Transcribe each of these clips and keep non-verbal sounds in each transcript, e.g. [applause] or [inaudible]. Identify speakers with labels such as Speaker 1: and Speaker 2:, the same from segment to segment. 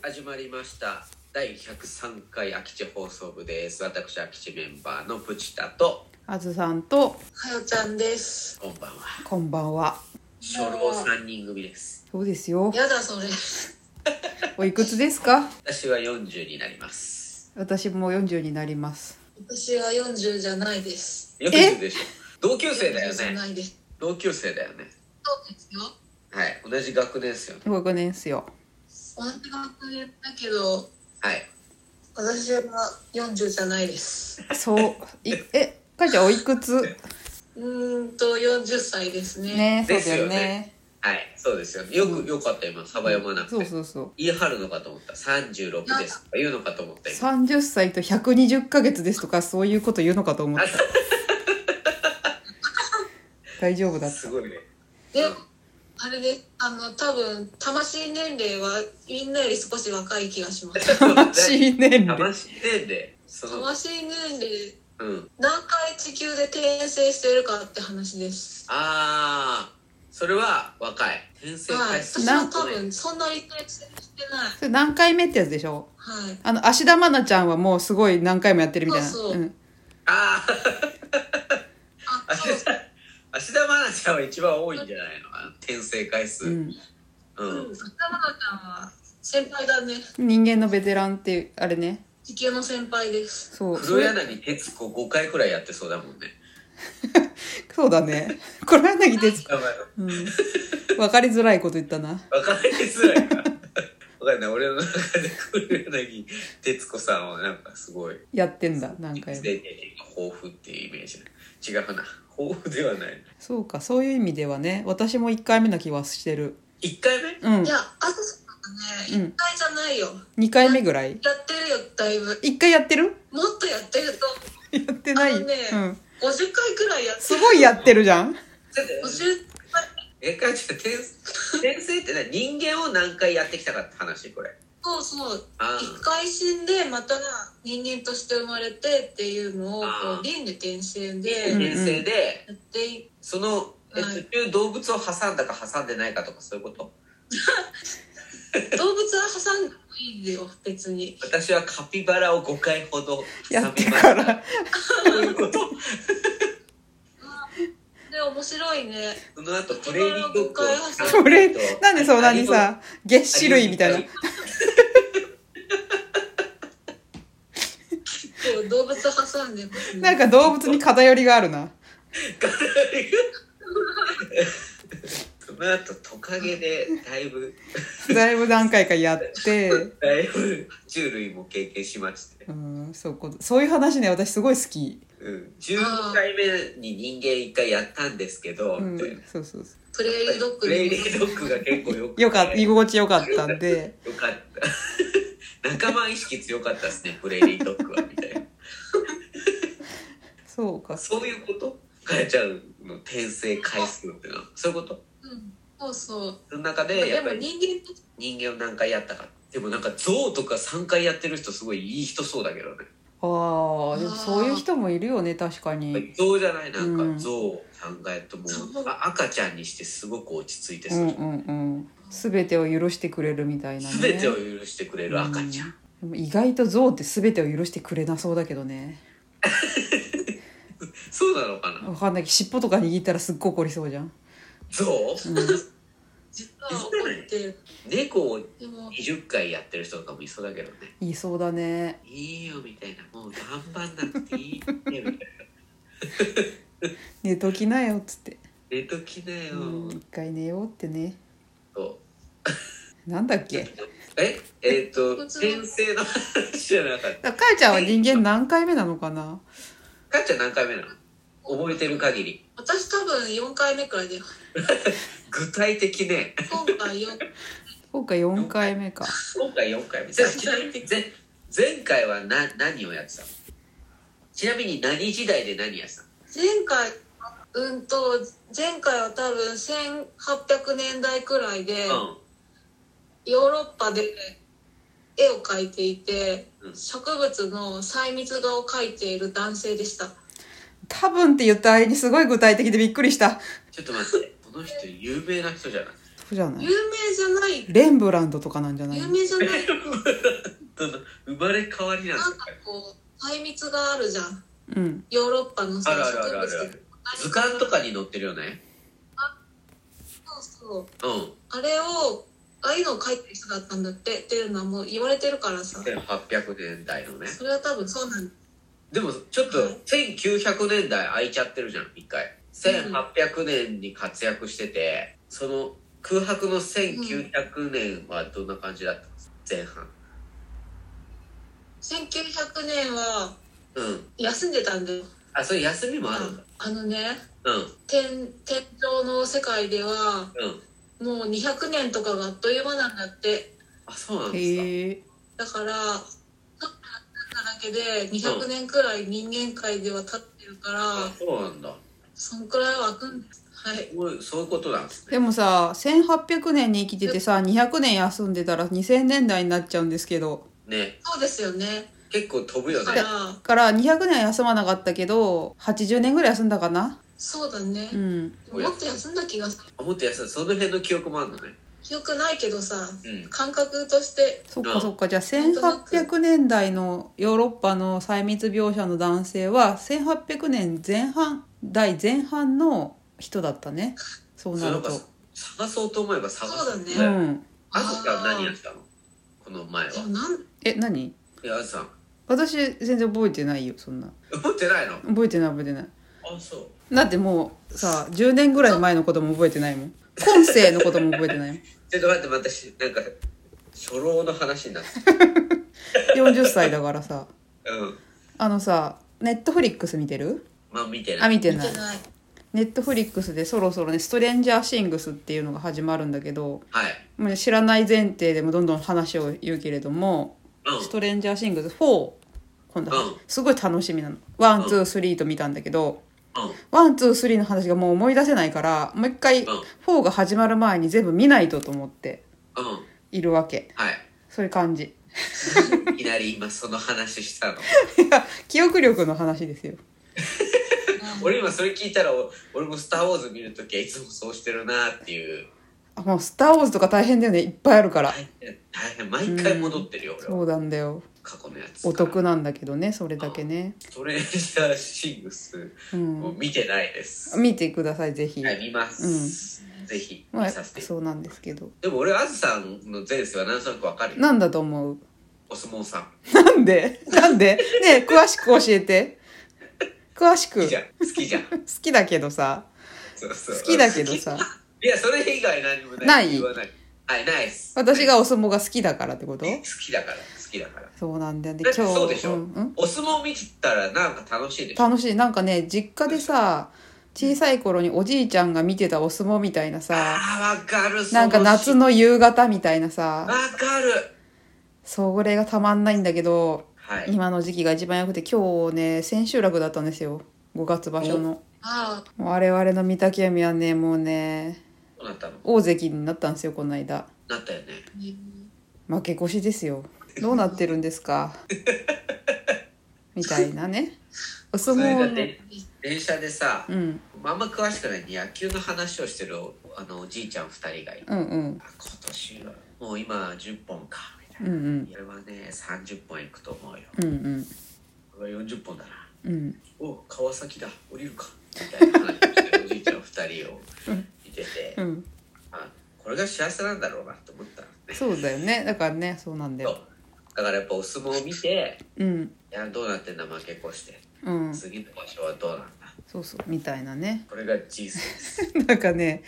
Speaker 1: 始まりました第103回空き地放送部です私空き地メンバーのプチタと
Speaker 2: あずさんと
Speaker 3: かよちゃんです。
Speaker 1: こんばんは
Speaker 2: こんばんは
Speaker 1: 初老3人組です
Speaker 2: そうですよ
Speaker 3: やだそれ。
Speaker 2: おいくつですか
Speaker 1: 私は40になります
Speaker 2: 私も40になります
Speaker 3: 私は40じゃないです。
Speaker 1: 40でしょ同級生だよ
Speaker 3: 40じゃ
Speaker 1: ね
Speaker 3: ないです。
Speaker 1: 同級生だよね
Speaker 3: そうですよ。
Speaker 1: はい同じ学年ですよね
Speaker 2: 5年っすよ
Speaker 3: 同じ学年だけど、
Speaker 1: はい
Speaker 3: 私は40じゃないです。
Speaker 2: そういえかいちゃんおいくつ
Speaker 3: うーんと40歳ですね。
Speaker 2: ねそう
Speaker 1: です
Speaker 2: だ
Speaker 1: よ
Speaker 2: よ
Speaker 1: ね
Speaker 2: ね
Speaker 1: はいそうですよよくよかった今サバ読まなくて、
Speaker 2: そうそうそう
Speaker 1: 言い張るのかと思った36ですとか言うのかと思った今
Speaker 2: 30歳と120ヶ月ですとかそういうこと言うのかと思った [laughs] 大丈夫だ
Speaker 1: あ
Speaker 2: っ
Speaker 1: すごいね
Speaker 3: でもあれで、あの多分魂年齢はみんなより少し若い気がします。
Speaker 2: た [laughs] 魂年齢
Speaker 1: 魂年齢その
Speaker 3: 魂年齢
Speaker 1: うん
Speaker 3: 何回地球で転生してるかって話です。
Speaker 1: ああそれは若い転生
Speaker 3: はい、
Speaker 1: 回数
Speaker 3: 私は多分そんなに転生してない。
Speaker 2: それ何回目ってやつでしょ
Speaker 3: はい。
Speaker 2: あの芦田愛菜ちゃんはもうすごい何回もやってるみたいな、
Speaker 3: そうそうん
Speaker 1: あ
Speaker 3: あ、
Speaker 1: あ
Speaker 3: そう
Speaker 1: 芦田芦田愛菜ちゃんは一番多いんじゃないのかな転生回数
Speaker 2: う
Speaker 1: うん、
Speaker 2: ん、
Speaker 3: うん、赤間ちゃんは先輩だね。
Speaker 2: 人間のベテランってあれね
Speaker 3: 地球の先輩です。
Speaker 2: そうそ
Speaker 1: 黒
Speaker 2: れ
Speaker 1: 柳徹子5回くらいやってそうだもんね
Speaker 2: そうだね [laughs] 黒柳徹子
Speaker 1: やばい
Speaker 2: うん、分かりづらいこと言ったな
Speaker 1: わかりづらいなわかんない俺の中で黒柳徹子さんはなんかすごい
Speaker 2: やってんだ何回
Speaker 1: 人
Speaker 2: も
Speaker 1: 生経験が豊富っていうイメージだ違うな豊富ではない
Speaker 2: そうかそういう意味ではね私も1回目な気はしてる
Speaker 1: 1回目
Speaker 2: うん
Speaker 3: いや、あずさんは
Speaker 2: うん
Speaker 3: ね、一回じゃないよ。
Speaker 2: 2回目ぐらい
Speaker 3: やってるよ、だいぶ。
Speaker 2: 1回やってる
Speaker 3: もっとやってると、
Speaker 2: やってない、
Speaker 3: あのね
Speaker 2: うん、
Speaker 3: 50回くらいやって
Speaker 2: す
Speaker 3: る。
Speaker 2: ごいやってるじゃん
Speaker 1: だって
Speaker 3: 50
Speaker 1: えかちゃん転転生って何人間を何回やってきたかって話これ
Speaker 3: そうそう。
Speaker 1: あ
Speaker 3: 一回死んで、また人間として生まれてっていうのを、こ
Speaker 1: あー
Speaker 3: う輪廻転生
Speaker 1: ー
Speaker 2: うん
Speaker 3: で
Speaker 1: 転生で
Speaker 3: やってい
Speaker 1: そのえ
Speaker 3: はい
Speaker 1: 途中動物を挟んだか挟んでないかとかそういうこと
Speaker 3: く。動物は挟んでもいいよ、別に。
Speaker 1: 私はカピバラを5回ほど挟
Speaker 2: やっ
Speaker 1: み
Speaker 2: て
Speaker 1: ま
Speaker 2: か
Speaker 1: した
Speaker 2: ら
Speaker 1: そういうこと
Speaker 3: で、面白いね。
Speaker 1: その後プレーリードッグを
Speaker 2: これなんでそんなにさ月種類みたいな
Speaker 3: こう動物挟んでますね。
Speaker 2: なんか動物に偏りがあるな
Speaker 1: その後トカゲでだいぶ
Speaker 2: だいぶ何回かやって
Speaker 1: だいぶ虫類も経験しまして、
Speaker 2: うんそうこそういう話ね私すごい好き
Speaker 1: うん、15回目に人間1回やったんですけど、
Speaker 2: うん
Speaker 1: みたいな
Speaker 2: そうそうそ
Speaker 3: プレイリードッグ
Speaker 1: プレイリ
Speaker 3: に
Speaker 1: ードッグが結構よく
Speaker 2: うよかった居
Speaker 1: よ
Speaker 2: 心地よかったんで
Speaker 1: かった [laughs] 仲間意識強かったですねプレイリードッグはみたいな
Speaker 2: そうか
Speaker 1: そういうことかやちゃんの転生回数っていうのはそういうこと
Speaker 3: うん、そうそう。
Speaker 1: その中で
Speaker 3: で
Speaker 1: やっ
Speaker 3: も
Speaker 1: ぱり
Speaker 3: 人間って
Speaker 1: 人間を何回やったかでもなんか象とか3回やってる人すごいいい人そうだけどね
Speaker 2: ああでもそういう人もいるよね確かに
Speaker 1: 象じゃないなん
Speaker 2: う
Speaker 1: か
Speaker 2: ん
Speaker 1: 象3回とも
Speaker 3: 象
Speaker 1: あ赤ちゃんにしてすごく落ち着いて
Speaker 2: う
Speaker 1: す
Speaker 2: ん
Speaker 1: る、
Speaker 2: うんうん全てを許してくれるみたいなね
Speaker 1: 全てを許してくれる赤ちゃん、
Speaker 2: でも意外と象って全てを許してくれなそうだけどね
Speaker 1: そうなのかな
Speaker 2: わかんない尻尾とか握ったらすっごい怒りそうじゃん、
Speaker 1: 象
Speaker 2: うん、
Speaker 3: 実は怒ってる。
Speaker 1: 猫を
Speaker 3: でも、
Speaker 1: 20回やってる人とかもいそうだけどね
Speaker 2: 言いそうだね
Speaker 1: いいよみたいなもう頑張んなくていいってみたいな
Speaker 2: 寝ときなよっつって、
Speaker 1: 寝ときなよ、
Speaker 2: うん、一回寝ようってね
Speaker 1: と
Speaker 2: なんだっけ
Speaker 1: ええっ、と
Speaker 3: 普通の
Speaker 1: 転生の話じゃなかっ
Speaker 2: だからかえちゃんは人間何回目なのかな
Speaker 1: たかっちゃん何回目なの覚えてる限り
Speaker 3: 私多分4回目くらいで、
Speaker 1: 具体的ね
Speaker 3: 今回4、
Speaker 2: 今回4回目か
Speaker 1: 今回4回目ちなみに前前回はな何をやってたのちなみに何時代で何やってたの
Speaker 3: 前回、うんと、前回は多分1800年代くらいで、
Speaker 1: うん
Speaker 3: ヨーロッパで絵を描いていて
Speaker 1: うん、
Speaker 3: 植物の細密画を描いている男性でした。
Speaker 2: 多分って言ったあれにすごい具体的でびっくりした
Speaker 1: ちょっと待ってこの人有名な人じゃない
Speaker 2: そじゃない
Speaker 3: 有名じゃない
Speaker 2: レンブラントとかなんじゃない
Speaker 3: 有名じゃない
Speaker 1: どんどん生まれ変わりなんで
Speaker 3: な
Speaker 1: す
Speaker 3: んかこう細密があるじゃん
Speaker 2: うん
Speaker 3: ヨーロッパのさ
Speaker 1: あるあるあるある
Speaker 3: 植物とか
Speaker 1: 図鑑とかに載ってるよね
Speaker 3: そうそう
Speaker 1: うん
Speaker 3: あれをああいうのを書いてる人だったんだってっていうのはもう言われてるからさ
Speaker 1: 1800年代のね
Speaker 3: それは多分そうなん
Speaker 1: でもちょっと
Speaker 3: はい
Speaker 1: 1900年代空いちゃってるじゃん一回
Speaker 3: うん
Speaker 1: 1800年に活躍しててその空白の1900年はどんな感じだったんですか前半
Speaker 3: 1900年は
Speaker 1: うん
Speaker 3: 休んでたんだよ
Speaker 1: あそれ休みもあるんだ
Speaker 3: ああのね
Speaker 1: うん
Speaker 3: 天天井の世界では
Speaker 1: うん
Speaker 3: もう200年とかがあっという間なんだって
Speaker 1: あそうなんですか
Speaker 2: へえ
Speaker 3: だからちょっとやっただけで200年くらい人間界では経ってるから、
Speaker 1: あそうなんだ
Speaker 3: そんくらいは空くんですはい
Speaker 1: そういうそういうことなんですね
Speaker 2: でもさ1800年に生きててさ200年休んでたら2000年代になっちゃうんですけど
Speaker 1: ね
Speaker 3: そうですよね
Speaker 1: 結構飛ぶよ
Speaker 3: だか
Speaker 1: ね
Speaker 3: ら
Speaker 2: だから200年は休まなかったけど80年ぐらい休んだかな
Speaker 3: そうだね
Speaker 2: う、ん
Speaker 3: もっと休んだ気がする
Speaker 1: あもっと休んだその辺の記憶もあるのね
Speaker 3: 記憶ないけどさ
Speaker 1: うん
Speaker 3: 感覚として
Speaker 2: そっ
Speaker 1: う
Speaker 2: か
Speaker 1: ん
Speaker 2: そっかじゃあ1800年代のヨーロッパの細密描写の男性は1800年前半代前半の人だったねそう
Speaker 1: そ
Speaker 2: な
Speaker 1: うな
Speaker 2: る
Speaker 1: んか
Speaker 2: と
Speaker 1: 探そうと思えば探すん
Speaker 2: う
Speaker 3: そ
Speaker 2: ん
Speaker 1: あずちゃん何やってたのこの前は
Speaker 3: でもなん
Speaker 2: え何
Speaker 1: いやあずさん
Speaker 2: 私全然覚えてないよそんな
Speaker 1: 思ってないの
Speaker 2: 覚えてない覚えてない
Speaker 1: あそう
Speaker 2: だってもうさ10年ぐらい前のことも覚えてないもん今世のことも覚えてないもん
Speaker 1: ちょっと待って私なんか初老の話になって
Speaker 2: 40歳だからさ
Speaker 1: うん
Speaker 2: あのさネットフリックス見てる
Speaker 1: まあ見てな
Speaker 2: あ
Speaker 1: い
Speaker 2: 見て
Speaker 3: 見
Speaker 2: ない
Speaker 3: てない
Speaker 2: ネットフリックスでそろそろね「ストレンジャーシングス」っていうのが始まるんだけど
Speaker 1: はい
Speaker 2: もうね知らない前提でもどんどん話を言うけれども
Speaker 1: うん
Speaker 2: 「ストレンジャーシングス4」今度
Speaker 1: うん
Speaker 2: すごい楽しみなのワンツースリーと見たんだけど
Speaker 1: うん
Speaker 2: ワンツースリーの話がもう思い出せないからもう一
Speaker 1: う
Speaker 2: 回
Speaker 1: ん
Speaker 2: 4が始まる前に全部見ないとと思って
Speaker 1: うん
Speaker 2: いるわけ
Speaker 1: はい
Speaker 2: そういう感じ [laughs]
Speaker 1: いきなり今その話したの
Speaker 2: いや記憶力の話ですよ
Speaker 1: 俺今それ聞いたらお俺も「スター・ウォーズ」見るときはいつもそうしてるなっていう
Speaker 2: あもう「スター・ウォーズ」とか大変だよねいっぱいあるから
Speaker 1: 大変大変毎回戻ってるよ俺は
Speaker 2: そうなんだよ
Speaker 1: 過去のやつ
Speaker 2: お
Speaker 1: から
Speaker 2: 得なんだけどねそれだけね
Speaker 1: ストレンジャーシングス
Speaker 2: う
Speaker 1: を
Speaker 2: ん
Speaker 1: 見てないです、
Speaker 2: 見てくださいぜひ、
Speaker 1: はい見ます、ぜひ
Speaker 2: ま
Speaker 1: 見
Speaker 2: あ、
Speaker 1: させて
Speaker 2: そうなんですけど
Speaker 1: でも俺あずさんの前世は何となくわかるよ
Speaker 2: なんだと思う
Speaker 1: お相撲さん
Speaker 2: なんでなんでねえ詳しく教えて詳し
Speaker 1: 好
Speaker 2: く
Speaker 1: きじゃん
Speaker 2: 好
Speaker 1: 好きじゃん [laughs]
Speaker 2: きだけどさ
Speaker 1: そうそう
Speaker 2: 好きだけどさ
Speaker 1: いやそれ以外何もない
Speaker 2: ない
Speaker 1: 言わないはいないっす
Speaker 2: 私
Speaker 1: 好
Speaker 2: がお相撲が好きだからってこと
Speaker 1: きだから好きだから
Speaker 2: そうなんだよね
Speaker 1: だって
Speaker 2: 今
Speaker 1: [laughs]
Speaker 2: 日
Speaker 1: そうでしょ
Speaker 2: んん
Speaker 1: お相撲見てたらなんか楽しいでしょ
Speaker 2: 楽しいなんかね実家でさ小さい頃におじいちゃんが見てたお相撲みたいなさ
Speaker 1: あーわかる
Speaker 2: なんか夏の夕方みたいな
Speaker 1: そ
Speaker 2: さ
Speaker 1: のわかる
Speaker 2: それがたまんないんだけど
Speaker 1: はい
Speaker 2: 今の時期が一番よくて今日ね千秋楽だったんですよ5月場所の
Speaker 3: ああ
Speaker 2: もう我々の御嶽海はねもうね
Speaker 1: どうなったの
Speaker 2: 大関になったんですよこの間
Speaker 1: なったよね
Speaker 2: 負け越しですよどうなってるんで
Speaker 1: [laughs]
Speaker 2: すかみたいなねお相
Speaker 1: それだ
Speaker 2: 撲
Speaker 1: っ
Speaker 2: の
Speaker 1: て電車でさ
Speaker 2: うん
Speaker 1: あんま詳しくない野球の話をしてるおあのおじいちゃん2人がいて
Speaker 2: うんうん
Speaker 1: あ今年はもう今10本かみたい
Speaker 2: うんうん
Speaker 1: な俺はね30本いくと思うよ
Speaker 2: うんうん
Speaker 1: 俺は40本だな
Speaker 2: うん
Speaker 1: お川崎だ降りるかみたいな話をしてるおじいちゃん2人を見てて、
Speaker 2: うん
Speaker 1: あこれが幸せなんだろうなと思ったんですね
Speaker 2: そうだよねだからねそうなんだ
Speaker 1: そう
Speaker 2: よ
Speaker 1: だからやっぱお相撲を見て
Speaker 2: うん
Speaker 1: いやどうなってんだ負け越して
Speaker 2: うん
Speaker 1: 次の場所はどうなんだ
Speaker 2: そうそうみたいなね [laughs]
Speaker 1: これが人生 [laughs] です
Speaker 2: なんかね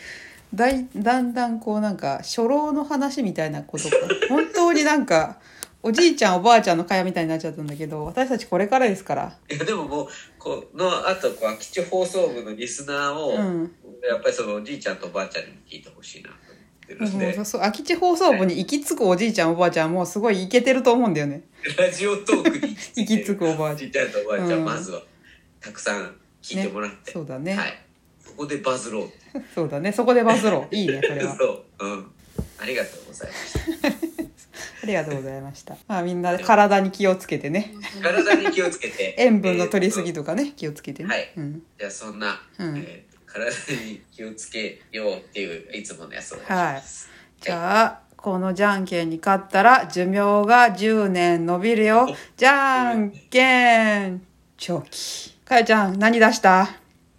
Speaker 2: だいだんだんこうなんか初老の話みたいなこ
Speaker 1: [laughs]
Speaker 2: とか本当になんかおじいちゃんおばあちゃんの会話みたいになっちゃったんだけど私たちこれからですから
Speaker 1: いやでももうこのあと空き地放送部のリスナーを、
Speaker 2: うん
Speaker 1: やっぱりそのおじいちゃんとおばあちゃんにも聞いてほしいなと思
Speaker 2: も
Speaker 1: ってるん
Speaker 2: う
Speaker 1: で
Speaker 2: そうそう空き地放送部に行き着くおじいちゃんおばあちゃんもうすごいイケてると思うんだよね
Speaker 1: ラジオトークに
Speaker 2: [laughs] 行き着くおばあ
Speaker 1: おじ
Speaker 2: ち
Speaker 1: いちゃんとおばあちゃん、
Speaker 2: うん
Speaker 1: まずはたくさん聞いてもらって、
Speaker 2: そうだね
Speaker 1: はいここでバズろう
Speaker 2: ゃんそうだねそこでバズろういいねそれ
Speaker 1: [laughs]
Speaker 2: は
Speaker 1: そううんありがとうございました
Speaker 2: ありがとうございましたまあみんな体に気をつけてね
Speaker 1: 体に気をつけて
Speaker 2: [laughs] 塩分の取りすぎ
Speaker 1: と、
Speaker 2: とかね気をつけてね、
Speaker 1: はい
Speaker 2: うん、
Speaker 1: じゃあそんな、
Speaker 2: うん
Speaker 1: えー体に気をつけようっていういつものやつをお願いします。
Speaker 2: じゃあ、このじゃんけんに勝ったら寿命が10年伸びるよ。じゃんけん、チョキ。かやちゃん、何出した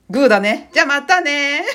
Speaker 2: グーだね。じゃあまたね。